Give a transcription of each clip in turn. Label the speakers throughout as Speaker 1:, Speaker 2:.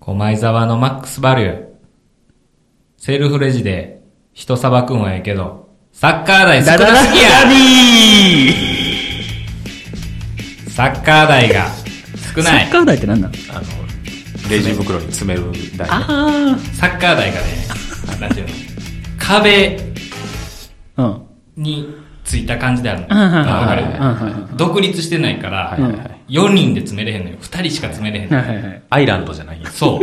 Speaker 1: 前沢のマックスバリュー。セルフレジで人さばくんはええけど、サッカー代少
Speaker 2: ダダ
Speaker 1: な
Speaker 2: ダ
Speaker 1: すぎや
Speaker 2: ダディ
Speaker 1: サッカー代が少
Speaker 2: ーサ
Speaker 1: な
Speaker 2: ッ
Speaker 1: い。
Speaker 2: カー台って何なん
Speaker 3: あの、レジ袋に詰める台。
Speaker 2: あ
Speaker 1: サッカー代がね、あなんていうの、壁
Speaker 2: あ。うん。
Speaker 1: についた感じであるの。
Speaker 2: うんうんうん
Speaker 1: わかる
Speaker 2: うんうん
Speaker 1: 独立してないから、
Speaker 2: うん
Speaker 1: 4人で詰めれへんのよ。2人しか詰めれへんの
Speaker 2: は
Speaker 1: よ。
Speaker 2: いはいはい。
Speaker 3: アイランドじゃないんや
Speaker 1: そう。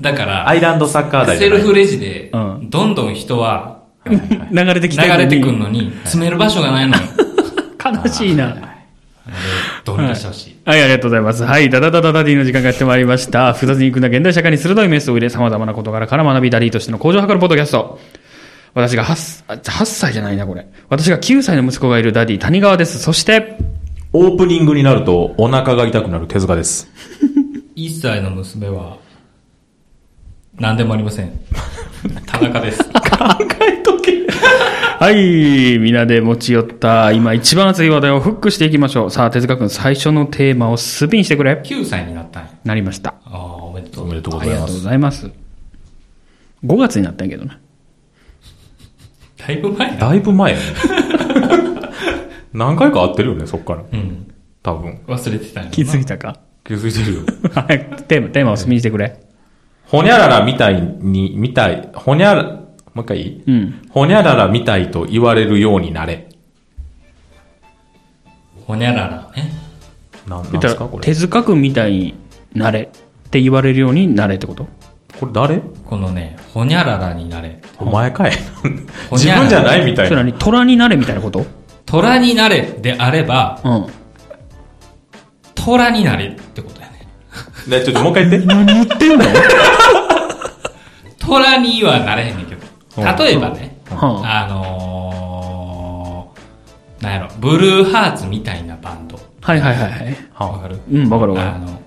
Speaker 1: だから
Speaker 3: ア、イランドサッカー台じ
Speaker 1: セ
Speaker 3: ゃない
Speaker 1: ルフレジで、
Speaker 2: う
Speaker 1: どんどん人は
Speaker 2: 流れてき
Speaker 1: 流
Speaker 2: て
Speaker 1: れてくんのに、詰める場所がないのよ。
Speaker 2: 悲しいな。
Speaker 1: どうにかしてほしい。
Speaker 2: はい、ありがとうございます。はい、ダダダダダディの時間がやってまいりました。複雑にくな現代社会に鋭いメスを入れ、様々な事柄から学びダリーとしての向上を図るポッドキャスト。私が8す、あ8歳じゃないな、これ。私が9歳の息子がいるダディ、谷川です。そして、
Speaker 3: オープニングになるとお腹が痛くなる手塚です。
Speaker 1: 1歳の娘は、何でもありません。田中です。
Speaker 2: はい、皆で持ち寄った、今一番熱い話題をフックしていきましょう。さあ、手塚くん、最初のテーマをスピンしてくれ。
Speaker 1: 9歳になったんや。
Speaker 2: なりました。
Speaker 1: ああ、おめでとう。
Speaker 3: おめでとうご
Speaker 2: あ
Speaker 3: ざ
Speaker 2: り
Speaker 3: います
Speaker 2: がとうございます。5月になったんやけどな。
Speaker 1: だいぶ前や。
Speaker 3: だいぶ前やね。何回か会ってるよね、そっから。
Speaker 1: うん。
Speaker 3: 多分。
Speaker 1: 忘れてたんや。
Speaker 2: 気づいたか
Speaker 3: 気づいてるよ。
Speaker 2: はい、テーマ、テーマをスピンしてくれ。
Speaker 3: ほにゃららみたいに、みたい、ほにゃら、もう一回いい
Speaker 2: うん。
Speaker 3: ほにゃららみたいと言われるようになれ。
Speaker 1: ほにゃららね。
Speaker 3: なんなん
Speaker 2: 言った
Speaker 3: です
Speaker 2: ら
Speaker 3: かこれ
Speaker 2: 手。塚くんみたいになれって言われるようになれってこと
Speaker 3: これ誰
Speaker 1: このね、ほにゃららになれ。
Speaker 3: お前かい。
Speaker 1: ほ
Speaker 3: 自
Speaker 1: にゃらら
Speaker 3: 分じゃないみた
Speaker 2: そ
Speaker 3: い
Speaker 2: れ
Speaker 3: な。
Speaker 2: 何虎になれみたいなこと
Speaker 1: 虎になれであれば、
Speaker 2: うん。
Speaker 1: 虎になれってことやね。
Speaker 3: ねちょっともう一回言って。
Speaker 2: 何言ってんの
Speaker 1: 虎にはなれへんねんけど。例えばね、
Speaker 2: うん
Speaker 1: あのー、なんやろ、ブルーハーツみたいなバンド。
Speaker 2: はいはいはいはい。
Speaker 1: わかる
Speaker 2: うん、わかるわか
Speaker 1: あの、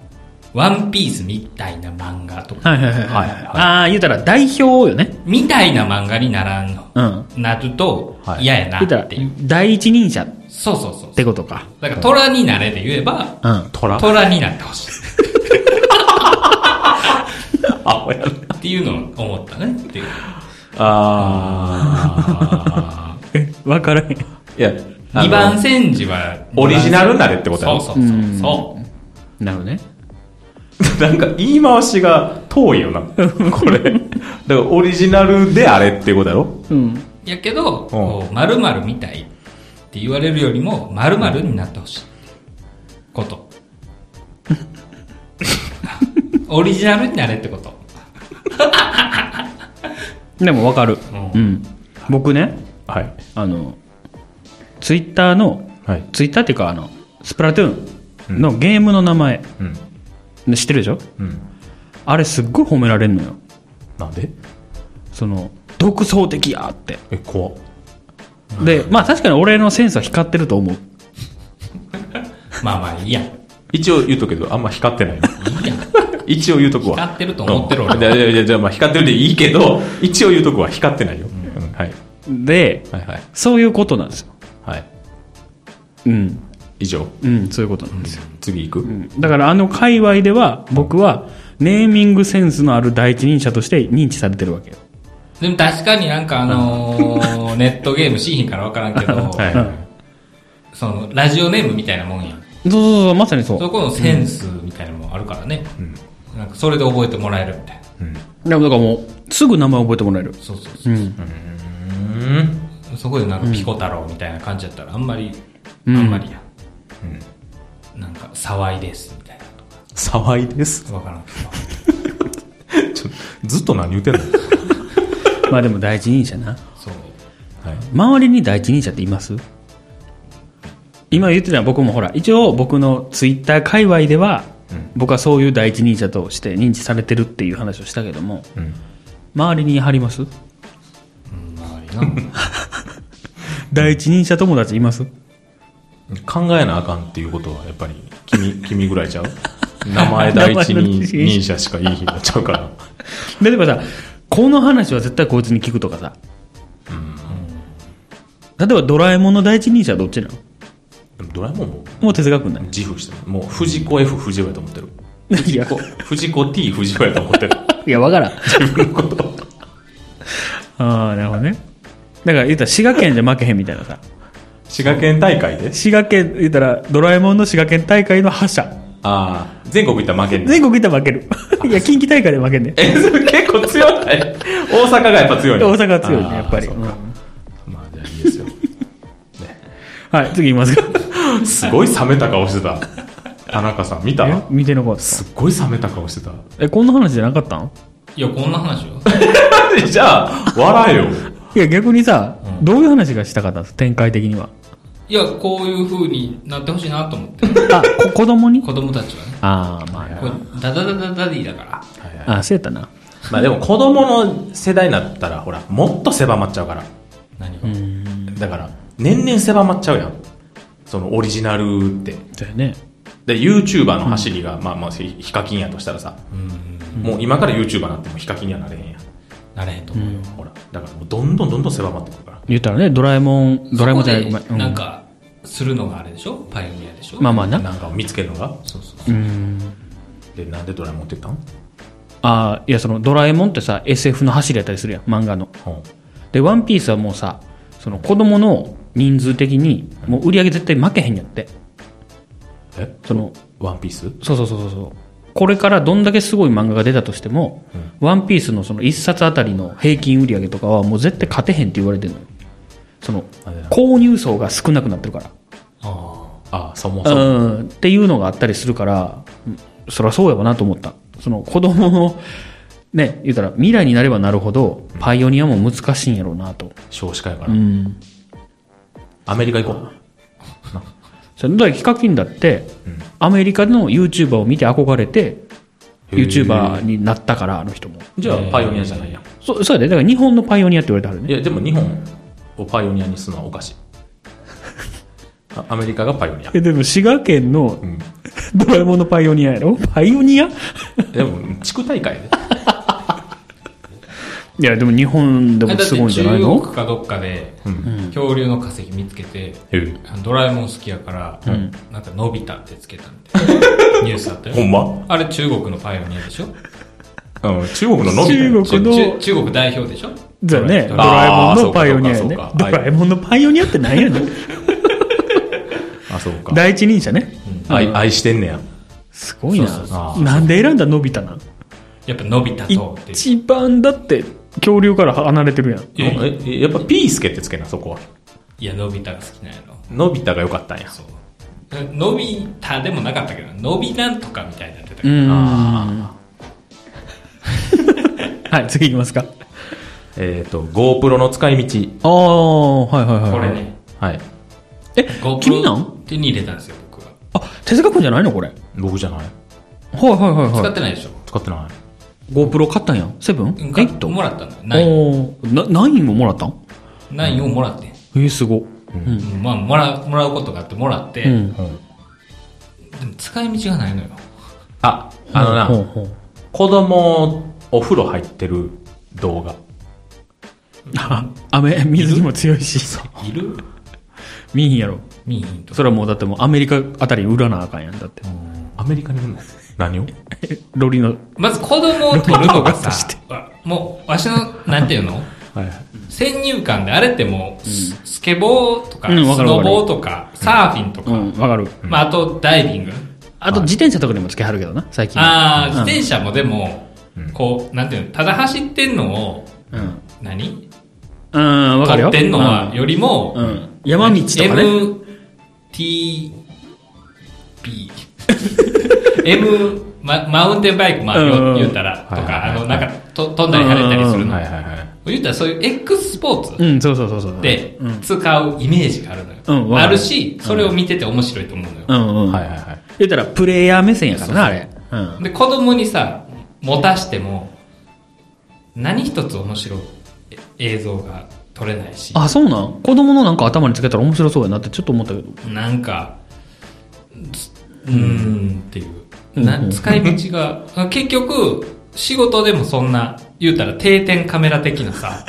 Speaker 1: ワンピースみたいな漫画とか、
Speaker 2: る。はいはいはい。
Speaker 3: はいはい
Speaker 2: ああ、言うたら代表よね。
Speaker 1: みたいな漫画にならんの。
Speaker 2: うん。
Speaker 1: なると
Speaker 3: は、い
Speaker 1: 嫌やな
Speaker 2: 言うた
Speaker 1: っ
Speaker 2: ら
Speaker 1: ていう。、
Speaker 2: 第一人者っ
Speaker 1: そうそうそう。
Speaker 2: てことか。
Speaker 1: だから、虎になれで言えば、
Speaker 2: うん。
Speaker 3: 虎
Speaker 1: 虎になってほしい。
Speaker 3: あ、ほやらら
Speaker 1: っていうのを思ったね。っていう。
Speaker 3: あ
Speaker 2: え、わからへん。
Speaker 3: ー。いや、あの
Speaker 1: 二番煎じは、
Speaker 3: オリジナルになれってことや
Speaker 1: そうそ
Speaker 3: ろ
Speaker 1: うそう。そう
Speaker 2: なるほどね。
Speaker 3: なんか言い回しが遠いよな。これ。だからオリジナルであれってことやろ
Speaker 2: うん。
Speaker 1: やけど、こう〇〇みたいって言われるよりも、〇〇になってほしい。こと。オリジナルになれってこと。
Speaker 2: でもわかる。
Speaker 1: うん
Speaker 2: うん。僕ね、
Speaker 3: はい。
Speaker 2: あの、ツイッターの、
Speaker 3: はい。
Speaker 2: ツイッターっていうか、あの、スプラトゥーンのゲームの名前、
Speaker 3: うん。
Speaker 2: 知ってるでしょ
Speaker 3: うん。
Speaker 2: あれすっごい褒められんのよ。
Speaker 3: なんで
Speaker 2: その、独創的やって。
Speaker 3: え、怖っ
Speaker 2: で、まあ確かに俺のセンスは光ってると思う。
Speaker 1: まあまあ、いいや。いい
Speaker 3: 一応言うとくけど、あんま光ってない。
Speaker 1: や。
Speaker 3: 一応言うとくわ。
Speaker 1: 光ってると思ってる
Speaker 3: うん
Speaker 1: 俺はい
Speaker 3: やいやいや、じゃあまあ光ってるでいいけど、一応言うとくわ。光ってないよ。うんはい。
Speaker 2: で、
Speaker 3: はいはい。
Speaker 2: そういうことなんですよ。
Speaker 3: はい。
Speaker 2: うん。
Speaker 3: 以上。
Speaker 2: うん、そういうことなんですよ。
Speaker 3: 次行く
Speaker 2: だからあの界隈では、僕は、ネーミングセンスのある第一人者として認知されてるわけよ。
Speaker 1: でも確かになんかあのーネットゲームしひんからわからんけど、
Speaker 3: はい。
Speaker 1: その、ラジオネームみたいなもんやん。
Speaker 2: そうそうそう、まさにそう。
Speaker 1: そこのセンスみたいなのもあるからね。なんかそれで覚えてもらえるみたいな。
Speaker 2: でもだからもう、すぐ名前覚えてもらえる。
Speaker 1: そうそうそう。そこでなんかピコ太郎みたいな感じだったらあんまり、
Speaker 2: うん
Speaker 1: あんまりや。なんか、騒いですみたいなと
Speaker 3: 騒いです。
Speaker 1: か。わからんけど。
Speaker 3: ちょずっと何言ってんの
Speaker 2: まあでも第一人者な。
Speaker 1: そう。
Speaker 3: はい。
Speaker 2: 周りに第一人者っています今言ってたのは僕もほら一応僕のツイッター界隈では、僕はそういう第一人者として認知されてるっていう話をしたけども、
Speaker 3: うん
Speaker 2: 周りに張ります
Speaker 1: うん、周りな。
Speaker 2: 第一人者友達います
Speaker 3: 考えなあかんっていうことはやっぱり君君ぐらいちゃう名前第一人人者しかいい日になっちゃうから
Speaker 2: 例えばさこの話は絶対こいつに聞くとかさ、例えばドラえもんの第一人者はどっちなの
Speaker 3: でもドラえもんも
Speaker 2: もう哲学ない
Speaker 3: 自負してるもう藤子 F 不二雄やと思ってる
Speaker 2: いや、
Speaker 3: 藤子 T 藤子やと思ってる。
Speaker 2: いや、わからん。
Speaker 3: 自分のこと。
Speaker 2: ああ、なるほどね。だから言ったら滋賀県じゃ負けへんみたいなさ。
Speaker 3: 滋賀県大会で
Speaker 2: 滋賀県、言ったらドラえもんの滋賀県大会の覇者。
Speaker 3: ああ、全国行ったら負けんね
Speaker 2: 全国行ったら負 ける。いや、近畿大会で負けんねん。
Speaker 3: え、それ結構強い。大阪がやっぱ強いね
Speaker 2: 大阪は強いね、やっぱり。
Speaker 3: あ
Speaker 2: う
Speaker 3: ーそうんかまあじゃあいいですよ。
Speaker 2: はい、次行きます か。
Speaker 3: すごい冷めた顔してた。田中さん、見た
Speaker 2: え見てなかった。
Speaker 3: すっごい冷めた顔してた。
Speaker 2: え、こんな話じゃなかったん
Speaker 1: いや、こんな話よ。
Speaker 3: じゃあ、笑えよ。
Speaker 2: いや、逆にさ、
Speaker 1: うん
Speaker 2: どういう話がしたかったんです展開的には。
Speaker 1: いや、こういう風になってほしいなと思って。
Speaker 2: あ、こ子供に
Speaker 1: 子供たちはね。
Speaker 2: ああ、まあ
Speaker 1: これ、ダダダダダディだから。
Speaker 2: ああ、そうやったな。
Speaker 3: まあでも子供の世代になったら、ほら、もっと狭まっちゃうから。
Speaker 1: 何が
Speaker 2: う。ん。
Speaker 3: だから、年々狭まっちゃうやん。そのオリジナルって。
Speaker 2: そうやね。
Speaker 3: で、YouTuber の走りが、まあまあ、ヒヒカキンやとしたらさ、
Speaker 1: うん。
Speaker 3: もう今から YouTuber なってもヒカキンにはなれへんやん。
Speaker 1: なれへんと思うよ。
Speaker 3: ほら、だからもうどんどんどんどん狭まってくるから。
Speaker 2: 言ったらね、ドラえもん、ドラえもんじゃない、ごめ
Speaker 1: そこで
Speaker 2: ん。
Speaker 1: なんか、するのがあれでしょパイオニアでしょ
Speaker 2: うん、まあまあな。
Speaker 3: なんかを見つけるのが。
Speaker 1: そうそう。
Speaker 2: うん。
Speaker 3: で、なんでドラえもんって言ったん
Speaker 2: ああ、いや、その、ドラえもんってさ、SF の走りやったりするやん、漫画の。
Speaker 3: ほ
Speaker 2: で、ワンピースはもうさ、その子供の人数的に、もう売り上げ絶対負けへんやって。
Speaker 3: うえ
Speaker 2: その、
Speaker 3: ワンピース
Speaker 2: そうそうそうそうそう。これからどんだけすごい漫画が出たとしても、ワンピースのその一冊あたりの平均売り上げとかはもう絶対勝てへんって言われてるのよ。その、
Speaker 3: あれだ
Speaker 2: 購入層が少なくなってるから。
Speaker 3: ああ、そも
Speaker 2: う
Speaker 3: そも。
Speaker 2: ん、っていうのがあったりするから、うんそりゃそうやわなと思った。その子供の、ね、言ったら未来になればなるほど、パイオニアも難しいんやろうなと。
Speaker 3: 少子化やか
Speaker 2: う
Speaker 3: ら。
Speaker 2: ん。
Speaker 3: アメリカ行こう。
Speaker 2: それだからヒカキンだって、アメリカの YouTuber を見て憧れて、
Speaker 3: へー
Speaker 2: YouTuber になったから、あの人も。
Speaker 3: じゃあ、パイオニアじゃないやん。
Speaker 2: そそうやで、だから日本のパイオニアって言われてはる
Speaker 3: い
Speaker 2: ね。
Speaker 3: や、でも日本をパイオニアにするのはおかしい。あアメリカがパイオニア。
Speaker 2: え、でも滋賀県の
Speaker 3: うん。
Speaker 2: ドラえもんのパイオニアやろパイオニアい
Speaker 3: でも、地区大会で。
Speaker 2: や、でも日本で
Speaker 1: え
Speaker 2: も
Speaker 1: だっ
Speaker 2: す
Speaker 1: て
Speaker 2: ごいんじゃない
Speaker 1: 中
Speaker 2: の
Speaker 1: 国かどっかで、
Speaker 3: うん。
Speaker 1: 恐竜の化石見つけて、ドラえもん好きやから、
Speaker 2: ん
Speaker 1: なんか、のび太ってつけたみたい なニュースだった
Speaker 3: ほ
Speaker 1: よ。
Speaker 3: んま
Speaker 1: あれ中国のパイオニアでしょ
Speaker 3: うん、中国の伸び
Speaker 2: 中国の
Speaker 1: 中中国代表でしょ
Speaker 2: だよね。
Speaker 1: ド
Speaker 2: ド
Speaker 1: ラ
Speaker 2: ラえも
Speaker 3: あー
Speaker 2: んのパイオニアやね
Speaker 3: そうか。そ
Speaker 2: ド
Speaker 3: うか
Speaker 2: ラえもんのパイオニアって何やねん。
Speaker 3: あ、そうか。
Speaker 2: 第一人者ね。
Speaker 3: 愛愛してんねや。
Speaker 2: すごいな
Speaker 1: そうそう
Speaker 3: そ。う
Speaker 2: なんで選んだのび太なん
Speaker 1: やっぱのび太とっていう
Speaker 2: 一番だって恐竜から離れてるやん。
Speaker 1: いや
Speaker 3: ええやっぱピースケってつけな、そこは。
Speaker 1: いやのび太が好きなんやろ
Speaker 3: のび太が良かったんや。
Speaker 1: そうのび太でもなかったけどのびなんとかみたいになってたか
Speaker 2: う
Speaker 1: ら、
Speaker 2: ん。 はい、次行きますか。
Speaker 3: えっ、と、GoPro の使い道。
Speaker 2: ああ、はいはいはい。
Speaker 1: これ。ね
Speaker 3: はい。
Speaker 2: え、君なん
Speaker 1: GoPro 手に入れたんですよ僕は
Speaker 2: あ、手塚くんじゃないのこれ。はい
Speaker 3: 僕じゃない。
Speaker 2: はいはい
Speaker 1: 使っ
Speaker 2: は
Speaker 1: てないでしょ、
Speaker 3: 使ってない。
Speaker 2: い。GoPro 買ったんや。セブン
Speaker 1: うん
Speaker 2: エ
Speaker 1: 買
Speaker 2: イ
Speaker 1: っ
Speaker 2: ト
Speaker 1: もらったんだよナイン
Speaker 2: おーな、9ももらったん
Speaker 1: ナインをもらってん、
Speaker 2: えー、すご。うん。
Speaker 1: うんまあもらもらうことがあってもらって、
Speaker 2: うん。
Speaker 1: でも使い道がないのよ
Speaker 3: あ、あのな、
Speaker 2: ほうほう
Speaker 3: 子供お風呂入ってる動画。
Speaker 2: あ 雨、水にも強 いし。
Speaker 1: いる
Speaker 2: 見えへんやろ。
Speaker 1: ミーンと
Speaker 2: それはもうだってもうアメリカあたりに売らなあかんやん。だ って。
Speaker 3: アメリカにいるの何を
Speaker 2: えロリの。
Speaker 1: まず子供を取るのが
Speaker 2: ロボット
Speaker 1: さ
Speaker 2: して
Speaker 1: もうわしのなんていうの
Speaker 3: はい。
Speaker 1: 先入観であれってもう、ススケボーとか、
Speaker 2: うんわ
Speaker 1: ス
Speaker 2: かるわ
Speaker 1: ノ
Speaker 2: かる
Speaker 1: ボーとか、サーフィンとか、
Speaker 2: うん、わかる。
Speaker 1: まあ、あとダイビング。
Speaker 2: あと自転車とかにもつけはるけどな、最近。
Speaker 1: ああ、
Speaker 2: うん
Speaker 1: 自転車もでも、こう、なんていうの、ただ走ってんのを、
Speaker 2: うん。
Speaker 1: 何
Speaker 2: うん、わか
Speaker 1: 撮
Speaker 2: るよ。
Speaker 1: ってんのは、よりも、
Speaker 2: うん。うん。山道とかね。
Speaker 1: MTB。M、まマウンテンバイク、まあ、
Speaker 2: うん
Speaker 1: よ言うたら、と
Speaker 3: はいはい
Speaker 1: か、
Speaker 3: はい
Speaker 1: あの、なんか、と飛んだり跳ねたりするの
Speaker 3: はい。はいはい。
Speaker 1: 言うたら、そういう X スポーツ
Speaker 2: うん、そうそうそうそう。
Speaker 1: で
Speaker 2: うん。
Speaker 1: 使うイメージがあるのよ。
Speaker 2: うんわか
Speaker 1: あ
Speaker 2: る
Speaker 1: るし、それを見てて面白いと思うのよ。
Speaker 2: うんうん。
Speaker 3: はいはいはい。
Speaker 2: 言ったら、プレイヤー目線やからな、あれ。うん。
Speaker 1: で、子供にさ、持たしても、何一つ面白い映像が撮れないし、
Speaker 2: あ、そうなん子供のなんか頭につけたら面白そうやなってちょっと思ったけど。
Speaker 1: なんか、つうーんっていう。な
Speaker 2: うん
Speaker 1: 使い道が、あ結局、仕事でもそんな、言うたら定点カメラ的なさ、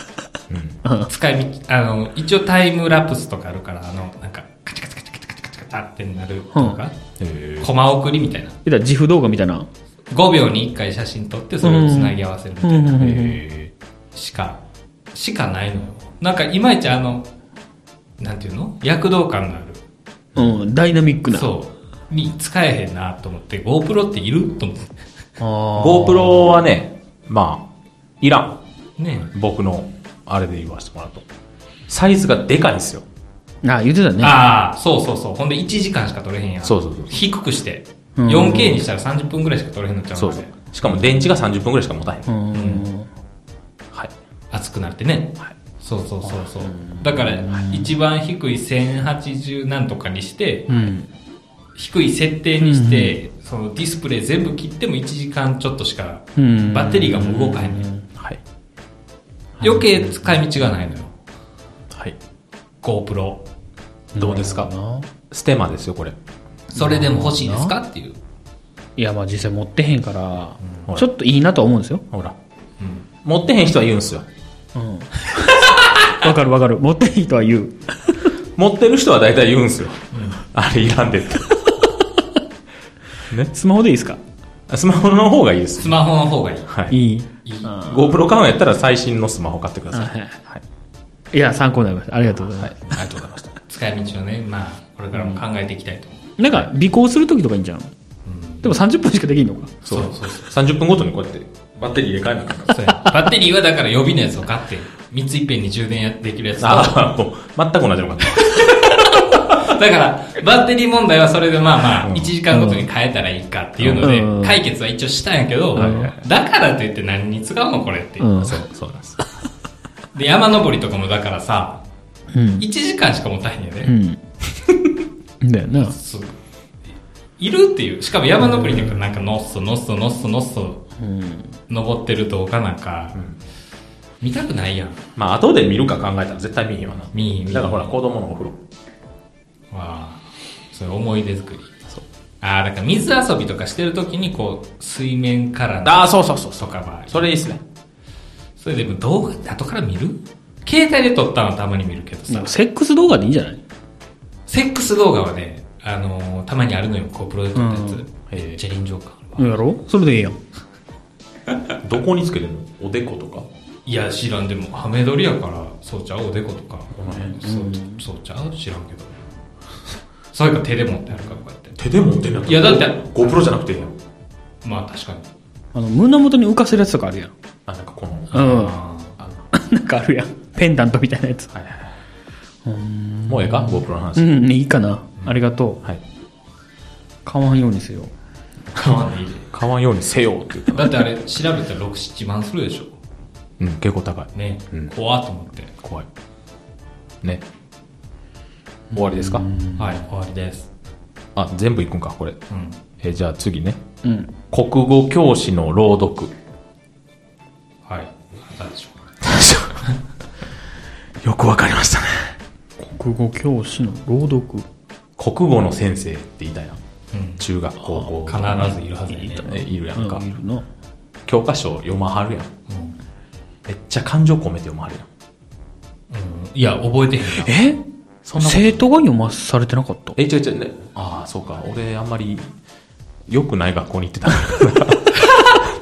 Speaker 2: うん
Speaker 1: 使い道、あの、一応タイムラプスとかあるから、あの、なんか、カチャカチャカチャカチャカチャカチャってなるとか、
Speaker 3: え
Speaker 1: コマ送りみたいな。
Speaker 2: 言ったら、自負動画みたいな。
Speaker 1: 5秒に1回写真撮ってそれを繋ぎ合わせるみたいな、
Speaker 2: うんうん
Speaker 3: え
Speaker 1: しか、しかないのよ。なんかいまいちあの、なんていうの躍動感のある。
Speaker 2: うん、ダイナミックな。
Speaker 1: そう。に使えへんなと思って、GoPro っていると思って。
Speaker 2: あー
Speaker 3: GoPro はね、まあ、いらん。
Speaker 1: ね
Speaker 3: 僕の、あれで言わせてもらうと。サイズがでかいんですよ。
Speaker 2: あ、言ってたね。
Speaker 1: ああ、そうそうそう。ほんで1時間しか撮れへんやん。
Speaker 3: そうそうそう
Speaker 1: 低くして。
Speaker 2: うん
Speaker 1: 4K にしたら30分くらいしか撮れへんのちゃう
Speaker 3: そう
Speaker 1: の
Speaker 3: そう
Speaker 1: で。。
Speaker 3: しかも電池が30分くらいしか持たへん。
Speaker 2: うん。
Speaker 3: はい。
Speaker 1: 熱くなってね。
Speaker 3: はい
Speaker 1: そうそうそうそう。だから、一番低い1080なんとかにして、
Speaker 2: うん。
Speaker 1: 低い設定にして、そのディスプレイ全部切っても1時間ちょっとしか、
Speaker 2: うん
Speaker 1: バッテリーがもう動かへんねん。
Speaker 3: はい。
Speaker 1: 余計使い道がないのよ。
Speaker 3: はい。
Speaker 1: GoPro。
Speaker 3: どうですかステマですよ、これ。
Speaker 1: それでも欲しいですかっていう。
Speaker 2: いや、まあ実際持ってへんから、
Speaker 3: うん
Speaker 2: ちょっといいなとは思うんですよ。
Speaker 3: ほら。持ってへん人は言うんすよ。
Speaker 2: うん。 わかるわかる。持ってへん人は言う。
Speaker 3: 持ってる人は大体言うんすよ。あれいらんでって。
Speaker 2: スマホでいいですか
Speaker 3: あ スマホの方がいいです
Speaker 1: ス。マホの方がいい。
Speaker 3: はい。
Speaker 2: いい。
Speaker 1: いい。
Speaker 2: あ
Speaker 3: GoPro 買うんやったら最新のスマホ買ってください。
Speaker 2: はい
Speaker 3: はい。
Speaker 2: いや、参考になりました。ありがとうございます。
Speaker 1: ありがとうございました。使い道をね、まあ、これからも考えていきたいと思う。
Speaker 2: なんか、尾行するときとかいいんじゃん。でも30分しかできんのか。
Speaker 3: そう
Speaker 1: そうそう
Speaker 3: 30分ごとにこうやってバッテリー入れ替えなあかんから。
Speaker 1: そうやバッテリーはだから予備のやつを買って、3ついっぺんに充電やできるやつと
Speaker 3: ああ、もう全く同じの買った。
Speaker 1: だから、バッテリー問題はそれでまあま
Speaker 3: うん
Speaker 1: あ、1時間ごとに変えたらいいかっていうので
Speaker 2: うん、
Speaker 1: 解決は一応したんやけど、だからといって何に使うのこれっていう。
Speaker 2: うん
Speaker 3: そう、そうなんです。
Speaker 1: で、山登りとかもだからさ、
Speaker 2: うん。
Speaker 1: 1時間しか持たへんよね。
Speaker 2: うん。 だよな。
Speaker 1: そういるっていう。しかも山登りなんかなんかのっそのっそのっそのっそ
Speaker 2: うん。
Speaker 1: 登ってる動画なんか、見たくないやん。
Speaker 3: まあ、後で見るか考えたら絶対見えへんわな。
Speaker 1: 見い見い
Speaker 3: だからほら、子供のお風呂。
Speaker 1: わあそういう思い出作り。ああ、だから水遊びとかしてる時にこう、水面からの
Speaker 3: ああ、そうそうそう、そ
Speaker 1: と
Speaker 3: う。
Speaker 1: かは、
Speaker 3: それいいっすね。
Speaker 1: それでも動画って後から見る携帯で撮ったのはたまに見るけど
Speaker 2: なん
Speaker 1: さ
Speaker 2: か、セックス動画でいいんじゃない
Speaker 1: セックス動画はね、あのーたまにあるのよ、こう、プロで撮ったや
Speaker 2: うん
Speaker 1: つ。めっちゃ臨場感あるわ
Speaker 2: やろそれでいいやん。
Speaker 3: どこにつけてるのおでことか。
Speaker 1: いや、知らん、でも、ハメ撮りやから、そうちゃうおでことか。そうそうちゃう知らんけど。それか手で持ってあるか、こうやって。
Speaker 3: 手で持ってんやったら
Speaker 1: いやだって。
Speaker 3: GoPro じゃなくていいやん。
Speaker 1: まあ、確かに。
Speaker 2: あの、胸元に浮かせるやつとかあるやん。
Speaker 3: あ、なんかこの。
Speaker 2: うん。
Speaker 1: あ
Speaker 3: あの
Speaker 2: なんかあるやん。ペンダントみたいなやつ。
Speaker 3: はいはいはい。もうええか ?GoPro の
Speaker 2: う
Speaker 3: 話。
Speaker 2: ん、いいかな。ありがとう。
Speaker 3: はい。
Speaker 2: 買わんようにせよ。
Speaker 1: ー買わんでいいで。
Speaker 3: 買わんようにせよって言ったら。
Speaker 1: だってあれ、調べたら6、7万するでしょ。
Speaker 3: うん、結構高い。
Speaker 1: ね
Speaker 3: うん。
Speaker 1: 怖っと思って。
Speaker 3: 怖い。ね。終わりですか
Speaker 1: はい、終わりです。
Speaker 3: あ、全部いくんか、これ。
Speaker 1: うん。
Speaker 3: えーじゃあ次ね。
Speaker 2: うん。
Speaker 3: 国語教師の朗 読。
Speaker 1: はい。あったでしょう。
Speaker 3: よくわかりましたね。
Speaker 2: 国語教師の朗読。
Speaker 3: 国語の先生って言いたいな。
Speaker 1: うん。
Speaker 3: 中学、高校。
Speaker 1: 必ずいるはずやね。
Speaker 3: えいるやんか、
Speaker 2: うん、いるな。
Speaker 3: 教科書読まはるや
Speaker 1: う
Speaker 3: ん。
Speaker 1: ん
Speaker 3: めっちゃ感情込めて読まはるやん。
Speaker 1: うんいや、覚えてへんな。
Speaker 2: え
Speaker 3: そんなこと
Speaker 2: 生徒が読まされてなかった
Speaker 3: え、違う違うね。ああ、そうか。俺、あんまり、良くない学校に行 ってたから。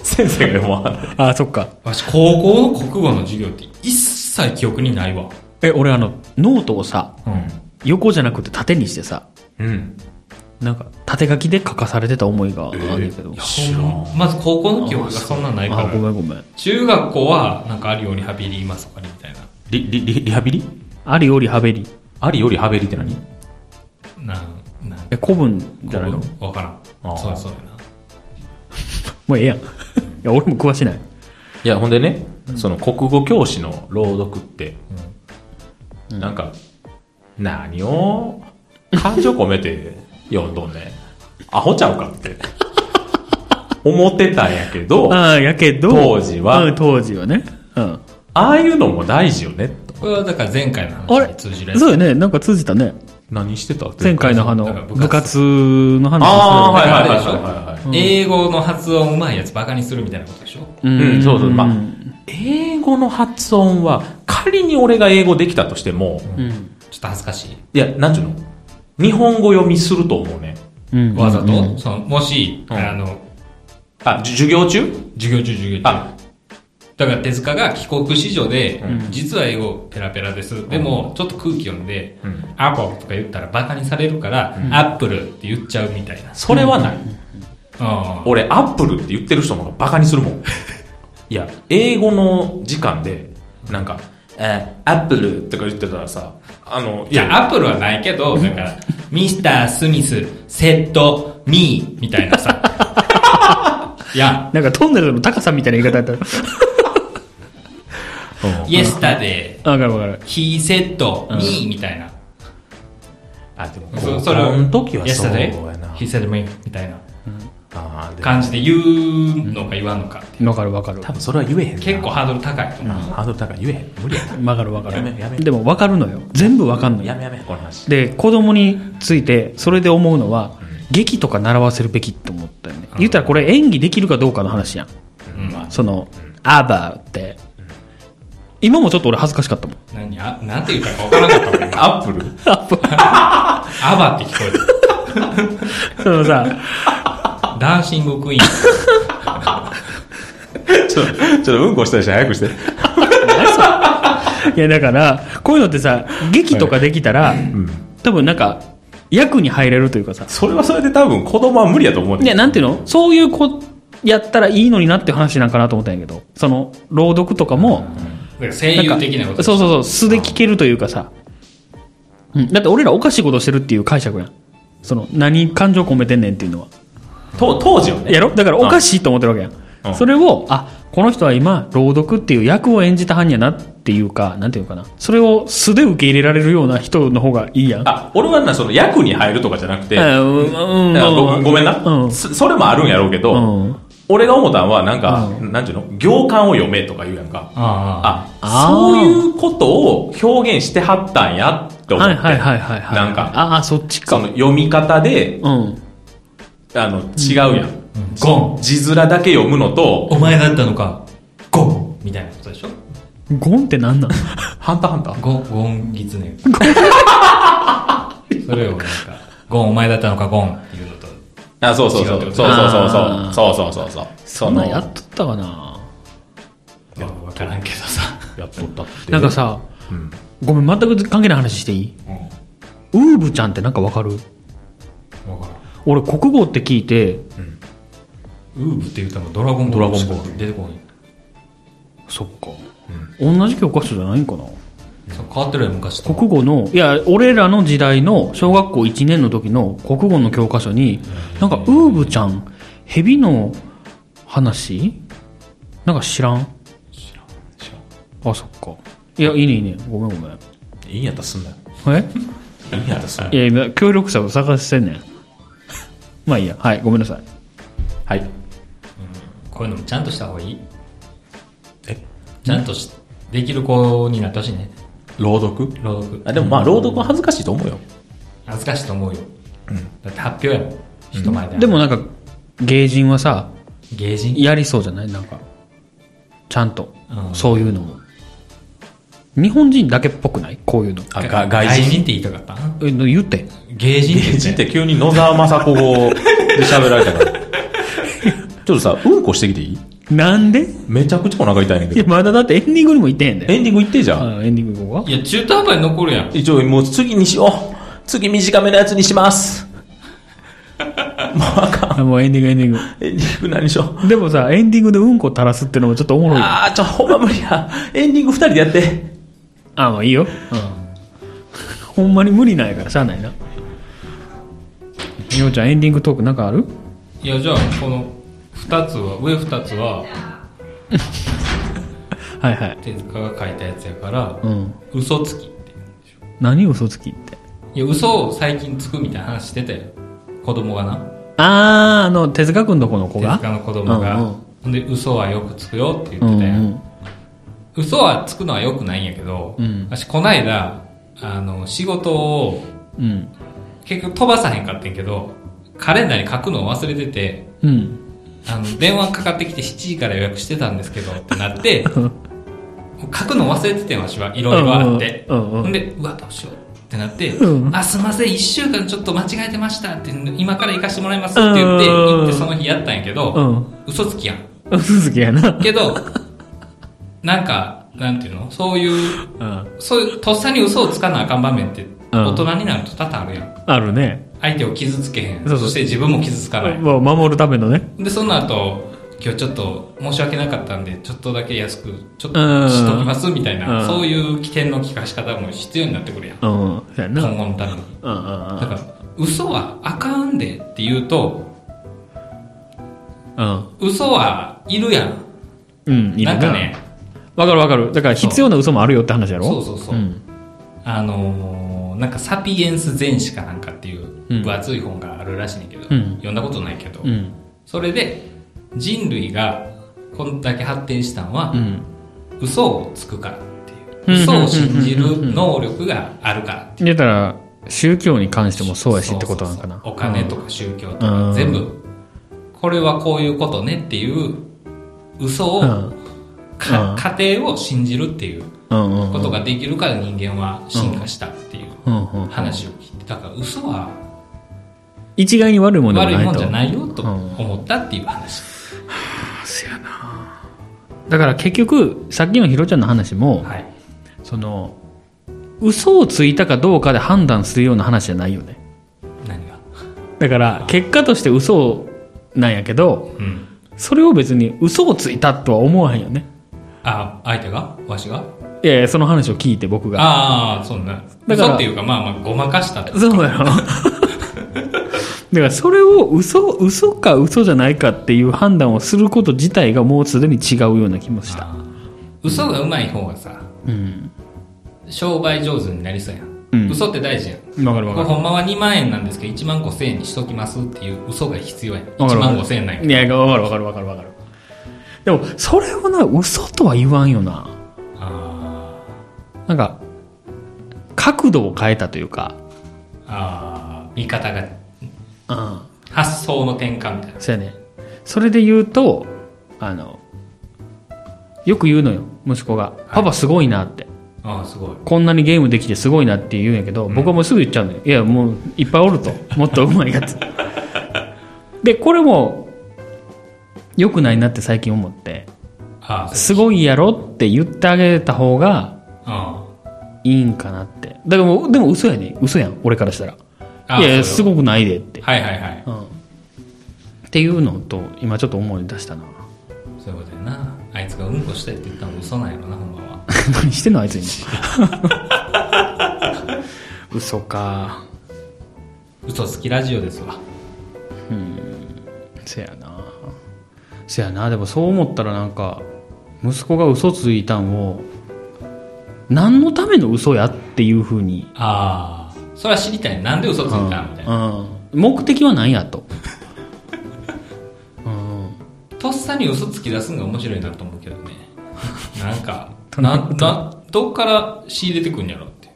Speaker 3: 先生が読まはる。
Speaker 2: あ、そっか。
Speaker 1: わし、高校の国語の授業って一切記憶にないわ。
Speaker 2: え、俺あの、ノートをさ、
Speaker 1: うん。
Speaker 2: 横じゃなくて縦にしてさ、
Speaker 3: うん。
Speaker 2: なんか、縦書きで書かされてた思いがあるんだけど。
Speaker 3: 知らん。
Speaker 1: まず高校の記憶がそんなんないか
Speaker 2: あ、ご
Speaker 1: ら。
Speaker 2: めんごめん。
Speaker 1: 中学校は、なんかあるようにハビリ、マサカリみたいな。
Speaker 3: リ、リ、リリハビリ
Speaker 2: ありよりはべり。
Speaker 3: ありよりハビリって何
Speaker 1: なん、なん、
Speaker 2: え、古文じゃないのも
Speaker 1: わか
Speaker 3: あ
Speaker 1: ら
Speaker 3: ー
Speaker 1: ん。そうやそうやな。
Speaker 2: うええやん。 いや、俺も詳しない。
Speaker 3: いや、ほんでね、その国語教師の朗読って、なんか、何を感情込めて読んどんねん。アホちゃうかって。思ってたんやけど、あ
Speaker 2: ああ、やけど。
Speaker 3: 当時は
Speaker 2: うん、当時はね。うん。
Speaker 3: あいうのも大事よね、と。
Speaker 1: これはだから前回の
Speaker 2: あ
Speaker 1: 話
Speaker 2: れ
Speaker 1: に通じるやつ。
Speaker 2: そうよね。なんか通じたね。
Speaker 3: 何してたっていう
Speaker 2: 前
Speaker 3: か
Speaker 2: 回のあ
Speaker 1: だか
Speaker 2: の、
Speaker 1: ら
Speaker 2: 部
Speaker 1: 部
Speaker 2: 活
Speaker 1: 活
Speaker 2: の話
Speaker 3: ああ、はいはいはい
Speaker 1: それ
Speaker 3: はいはいはい。
Speaker 1: 英語の発音上手いやつバカにするみたいなことでしょ
Speaker 2: う
Speaker 3: うん、そうそう。まあ、英語の発音は、仮に俺が英語できたとしても、
Speaker 2: うん。
Speaker 1: ちょっと恥ずかし
Speaker 3: いや、なんちゅうの日本語読みすると思うね。
Speaker 2: うん。
Speaker 1: い。わざ
Speaker 2: うん
Speaker 1: とその、もし、
Speaker 3: うん
Speaker 1: あの、
Speaker 3: あ、じゅ授業中
Speaker 1: 授業中授業中
Speaker 3: あ
Speaker 1: だから手塚が帰国子女で、実は英語ペラペラです。でも、ちょっと空気読んで、アポとか言ったらバカにされるから、アップルって言っちゃうみたいな。
Speaker 3: それはない。
Speaker 1: あ
Speaker 3: 俺、アップルって言ってる人の方がバカにするもん。いや、英語の時間で、なんか、えー、アップルとか言ってたらさ、あの、
Speaker 1: いや、アップルはないけ ど、だから、ミスター・スミス、セット、ミー、みたいなさ。 いや、
Speaker 2: なんかトンネルの高さみたいな言い方だった。
Speaker 1: イエスタデ
Speaker 2: あわかるわかる
Speaker 1: ー、。ヒーセット、ミー、みたいな。
Speaker 3: あ、でも、
Speaker 1: そ
Speaker 3: 高
Speaker 1: それを
Speaker 3: 校の時は
Speaker 1: Yesterday
Speaker 3: そうやな。
Speaker 1: He said me みたいな
Speaker 3: あーでも
Speaker 1: 感じで言うのか言わんのかって
Speaker 2: わかるわかる。
Speaker 3: 多分それは言えへんな。
Speaker 1: 結構ハードル高いと
Speaker 3: うん、
Speaker 1: 思う、
Speaker 3: ハードル高い。言えへん。無理やな。
Speaker 2: わかるわか
Speaker 3: やめやめ
Speaker 2: る。でもわかるのよ。全部わかんの
Speaker 3: や
Speaker 2: よ。
Speaker 3: めやめ、この話。
Speaker 2: で、子供について、それで思うのは、劇とか習わせるべきって思ったよね。言ったらこれ演技できるかどうかの話やん。
Speaker 1: うんまあ
Speaker 2: その、アーバーって。今もちょっと俺恥ずかしかったもん。
Speaker 1: 何あなんて言ったか分からなかったもん今
Speaker 3: アッ プル
Speaker 1: アバって聞こえ
Speaker 2: そのさ、
Speaker 1: たダンシングクイー
Speaker 3: ちょっと、ちょっとうんこしたりして早くして。
Speaker 2: いやだから、こういうのってさ、劇とかできたら、多分なんか、役に入れるというかさ、
Speaker 3: それはそれで多分子供は無理やと思うねん
Speaker 2: いや、なんていうのそういう子やったらいいのになって話なんかなと思ったんやけど、その、朗読とかも、
Speaker 1: ンなんか声
Speaker 2: なんか
Speaker 1: 優的なこと
Speaker 2: そうそうそう、素で聞けるというかさ、うん、だって俺らおかしいことしてるっていう解釈やん。その、何感情込めてんねんっていうのは。
Speaker 3: と当時はね。
Speaker 2: やろだからおかしいと思ってるわけやん。
Speaker 3: うん
Speaker 2: それを、あ、この人は今、朗読っていう役を演じたはんやなっていうか、なんていうかな。それを素で受け入れられるような人の方がいいやん。
Speaker 3: あ、俺はな、その役に入るとかじゃなくて、
Speaker 2: あうんうん
Speaker 3: だからご
Speaker 2: まあまあ
Speaker 3: ごめんな、
Speaker 2: うん
Speaker 3: そ。それもあるんやろうけど、
Speaker 2: うん
Speaker 3: 俺が思ったんは、なんか、なんていうの行間を読めとか言うやんか。
Speaker 1: あ
Speaker 3: あ
Speaker 2: あ
Speaker 3: そう
Speaker 2: ー
Speaker 3: いうことを表現してはったんやって思っ
Speaker 2: は
Speaker 3: て。
Speaker 2: いはいはいはいはい。
Speaker 3: なんか、
Speaker 2: ああ、そっち
Speaker 3: そ
Speaker 2: か。
Speaker 3: の読み方で、
Speaker 2: うん。
Speaker 3: あの、違うやん。
Speaker 1: あゴン
Speaker 3: 字面だけ読むのと、
Speaker 1: お前だったのかゴンみたいなことでしょ
Speaker 2: ゴンってなんなの
Speaker 3: ハンターハンター
Speaker 1: ゴンゴンギツネそれをなんかゴンお前だったのかゴンっていうのと
Speaker 3: あ、そうそうそ
Speaker 1: 違うっ
Speaker 3: う。
Speaker 1: て
Speaker 3: そ
Speaker 1: こ
Speaker 3: う
Speaker 1: と
Speaker 3: そうそう
Speaker 2: あー
Speaker 3: そう。そうそうそうそう。
Speaker 2: そんなんや
Speaker 3: や
Speaker 2: っとったかな。
Speaker 1: 分からんけどさ
Speaker 3: やっとったって。
Speaker 2: なんかさ、ごめん、全く関係ない話していいウーブちゃんってなんかわかる
Speaker 1: 分からん
Speaker 2: 俺、国語って聞いて、
Speaker 1: ウーブって言ったのドラゴンボールしか出てこない
Speaker 2: そっか。同じ教科書じゃないんかな
Speaker 1: そう変わってるよ昔と
Speaker 2: 国語の、いや、俺らの時代の小学校1年の時の国語の教科書に、なんか、ウーブちゃん、蛇の話なんか知らんあ、そっか。いや、いいねいいね。ごめんごめん。
Speaker 3: いいんやったらすんなよ。
Speaker 2: え
Speaker 3: いいんやったらすんなよ。
Speaker 2: いや、今、協力者を探してんねん。まあいいや。はい、ごめんなさい。
Speaker 3: はい。
Speaker 1: こういうのもちゃんとした方がいい
Speaker 3: え
Speaker 1: ちゃんとしできる子になってほしいね
Speaker 3: 朗読
Speaker 1: 朗読
Speaker 3: あでもまあ朗読は恥ずかしいと思うよ。
Speaker 1: 恥ずかしいと思うよ、だって発表やもん人前で、
Speaker 2: でもなんか、芸人はさ、
Speaker 1: 芸人
Speaker 2: やりそうじゃないなんか、ちゃんと
Speaker 1: う、ん
Speaker 2: そういうのも。日本人だけっぽくないこういうの。
Speaker 3: あが外人。
Speaker 1: って言いたかったな
Speaker 2: え、の言って。
Speaker 1: 芸人って
Speaker 3: 外
Speaker 1: 言
Speaker 3: 人
Speaker 1: っ
Speaker 3: ってて急に野沢雅子語で喋られた から。ちょっとさ、うんこしてきていい
Speaker 2: なんで
Speaker 3: めちゃくちゃお腹痛いねんだ
Speaker 2: い
Speaker 3: け
Speaker 2: や、
Speaker 3: ど。
Speaker 2: まだだってエンディングにも言ってへんで。
Speaker 3: エンディングいってじゃん。
Speaker 2: あエンディング後はい
Speaker 1: や中途半端に残るやん
Speaker 3: 一応もう次にしよう。次短めのやつにします。もうあかん。
Speaker 2: あもうエンディングエンディング。
Speaker 3: エンディング何しよう。
Speaker 2: でもさ、エンディングでうんこ垂らすってのもちょっとおもろいよ。
Speaker 3: あー、ちょ、ほんま無理や。エンディング二人でやって。
Speaker 2: あ、まあいいよ。ほんまに無理ないからしゃあないな。みおちゃん、エンディングトークなんかある
Speaker 1: いやじゃあこの2つは上2つは
Speaker 2: はいはい。
Speaker 1: 手塚が書いたやつやから、
Speaker 2: うん。
Speaker 1: 嘘つきって言うんでしょ
Speaker 2: 何嘘つきって。
Speaker 1: いや嘘を最近つくみたいな話してたよ子供がな
Speaker 2: あー、あの、手塚くんの子の子
Speaker 1: 手
Speaker 2: が
Speaker 1: 塚の子供が、
Speaker 2: うんうん
Speaker 1: ほんで嘘はよくつくよって言
Speaker 2: う
Speaker 1: っ
Speaker 2: ん
Speaker 1: てた
Speaker 2: う
Speaker 1: やん、
Speaker 2: ん。
Speaker 1: 嘘はつくのは良くないんやけど、
Speaker 2: うん
Speaker 1: 私こないだあの仕事を
Speaker 2: うん。
Speaker 1: 結局飛ばさへんかってんけどカレンダーに書くのを忘れてて
Speaker 2: うん。
Speaker 1: あの電話かかってきて7時から予約してたんですけどってなって書くの忘れててんわしはいろいろあって
Speaker 2: うんうんうんうん
Speaker 1: ほんでうわどうしようってなって、
Speaker 2: うん
Speaker 1: あ、すいません、一週間ちょっと間違えてましたって、今から行かしてもらいますって言って、
Speaker 2: うん
Speaker 1: 行ってその日やったんやけど、
Speaker 2: うん。
Speaker 1: 嘘つきやん。
Speaker 2: 嘘つきやな。
Speaker 1: けど、なんか、なんていうのそういう、
Speaker 2: うん。
Speaker 1: そういう、とっさに嘘をつかなあかん場面って、大人になると多々あるやん。
Speaker 2: あるね。
Speaker 1: 相手を傷つけへん。
Speaker 2: そう
Speaker 1: そ
Speaker 2: そう
Speaker 1: して自分も傷つかない。
Speaker 2: もう守るためのね。
Speaker 1: で、その後、今日ちょっと申し訳なかったんで、ちょっとだけ安く、ちょっ
Speaker 2: うん
Speaker 1: としときますみたいな、
Speaker 2: うん
Speaker 1: そういう起点の聞かし方も必要になってくるやん。
Speaker 2: うん。そうやな。うん
Speaker 1: 今後のために。だ
Speaker 2: うん
Speaker 1: から、嘘はあかんでって言うと、
Speaker 2: うん。
Speaker 1: 嘘はいるやん。
Speaker 2: うん。いい
Speaker 1: なんかね、
Speaker 2: わかるわかる。だから必要な嘘もあるよって話やろ
Speaker 1: そうそうそう。
Speaker 2: ん。
Speaker 1: あのーなんかサピエンス全史かなんかっていう分厚い本があるらしいねんけど、
Speaker 2: うん
Speaker 1: 読んだことないけど、
Speaker 2: うん。
Speaker 1: それで人類がこんだけ発展したのは、
Speaker 2: うん。
Speaker 1: 嘘をつくからって
Speaker 2: うん
Speaker 1: いう嘘を信じる能力があるから
Speaker 2: 出たら、宗教に関してもそうやしってことなんかな。
Speaker 1: そうそうそうお金とか宗教と
Speaker 2: う
Speaker 1: か
Speaker 2: ん
Speaker 1: 全部これはこういうことねっていう嘘を、
Speaker 2: うん
Speaker 1: か
Speaker 2: うん
Speaker 1: 過程を信じるっていう
Speaker 2: うんうんうん。
Speaker 1: ことができるから人間は進化したっていう
Speaker 2: うんうん。
Speaker 1: 話を聞いてだから嘘は
Speaker 2: 一概に悪いもんでは
Speaker 1: 悪
Speaker 2: ない
Speaker 1: い
Speaker 2: と。
Speaker 1: もんじゃないよと
Speaker 2: うん
Speaker 1: 思ったっていう話、
Speaker 2: せやなだから結局さっきのひろちゃんの話も
Speaker 1: はい
Speaker 2: その嘘をついたかどうかで判断するような話じゃないよね
Speaker 1: 何が
Speaker 2: だから結果として嘘をなんやけど
Speaker 1: うん
Speaker 2: それを別に嘘をついたとは思わへんよね
Speaker 1: あ相手がわしが
Speaker 2: いやいやその話を聞いて僕が
Speaker 1: ああそうね
Speaker 2: だから
Speaker 1: 嘘っていうかまあまあごまかしたと
Speaker 2: そうやろだからそれを嘘嘘か嘘じゃないかっていう判断をすること自体がもうすでに違うような気もした
Speaker 1: あー嘘がうまい方がさ
Speaker 2: うん
Speaker 1: 商売上手になりそうやん、
Speaker 2: うん
Speaker 1: 嘘って大事やん
Speaker 2: わかるわ
Speaker 1: これ
Speaker 2: かる
Speaker 1: ほんまは2万円なんですけど1万5千円にしときますっていう嘘が必要やん
Speaker 2: わか
Speaker 1: 1
Speaker 2: るわか
Speaker 1: 万
Speaker 2: る
Speaker 1: 5千円なんや
Speaker 2: いや、わかるわかるわかるわかる。でも、それをな、嘘とは言わんよな。
Speaker 1: あ
Speaker 2: なんか、角度を変えたというか、
Speaker 1: ーあー見方が
Speaker 2: うん。
Speaker 1: 発想の転換みたいな
Speaker 2: そうやね。それで言うと、あの、よく言うのよ、息子が。パパすごいなって。
Speaker 1: ああすごい
Speaker 2: こんなにゲームできてすごいなって言うんやけど、僕はもうすぐ言っちゃうのよ。いや、もういっぱいおると。もっと上手いやつ。で、これも、良くないなって最近思って、
Speaker 1: ああ
Speaker 2: すごいやろって言ってあげた方が、
Speaker 1: あ
Speaker 2: いいんかなって。だからもう、でも嘘やね。嘘やん。俺からしたら。
Speaker 1: あ
Speaker 2: いやいや、
Speaker 1: そ
Speaker 2: す
Speaker 1: う
Speaker 2: ごくないでって
Speaker 1: よ。はいはいはい
Speaker 2: うん。っていうのと、今ちょっと思い出したな。
Speaker 1: そういうことやなあいつがうんこしたいって言ったのも嘘なんやろなほんまは
Speaker 2: 何してんのあいつ今。嘘か。
Speaker 1: 嘘好きラジオですわ
Speaker 2: せやな。せやな。でもそう思ったらなんか、息子が嘘ついたんを、何のための嘘やっていうふうに。
Speaker 1: ああそれは知りたいなんで嘘ついたみたいな
Speaker 2: うん。目的は何やと。 うん。
Speaker 1: とっさに嘘つき出すのが面白いなと思うけどね。なんか、な、な、どっから仕入れてくんやろって。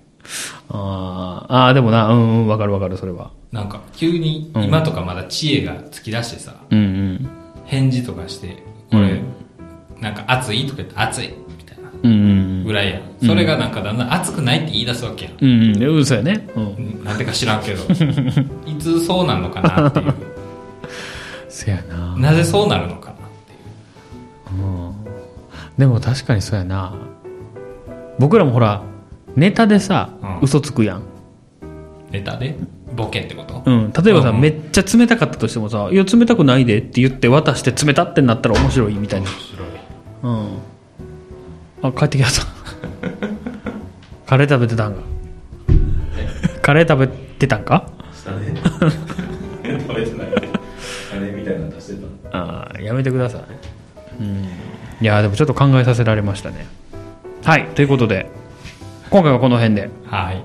Speaker 2: あーあー、でもな、うん、うんわかるわかる、それは。
Speaker 1: なんか、急に、今とかまだ知恵が突き出してさ、
Speaker 2: うんうん。
Speaker 1: 返事とかして、これ、なんか熱いとか言って、熱いみたいな
Speaker 2: うんうん
Speaker 1: ぐらいやん。それがなんかだんだん熱くないって言い出すわけやん。
Speaker 2: うん。うんうん。で嘘やね。うん。
Speaker 1: うんなんでか知らん けど。いつそうなのかなっていう。
Speaker 2: せやな。
Speaker 1: なぜそうなるのかなっていう。
Speaker 2: でも確かにそうやな。僕らもほら、ネタでさ、
Speaker 1: うん
Speaker 2: 嘘つくやん。
Speaker 1: ネタでボケってこと
Speaker 2: うん。例えばさ、
Speaker 1: うん
Speaker 2: めっちゃ冷たかったとしてもさ、いや、冷たくないでって言って渡して冷たってなったら面白いみたいな
Speaker 1: 面。白い。
Speaker 2: うん。あ、帰ってきは った。カレー食べてたんか。カレー食べてたんか
Speaker 4: 下で 食べてないあれみたいなの出してた
Speaker 2: あーやめてください、うん、いやーでもちょっと考えさせられましたねはいということで今回はこの辺で
Speaker 1: はい。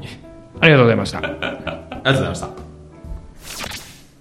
Speaker 2: ありがとうございました
Speaker 3: ありがとうございました。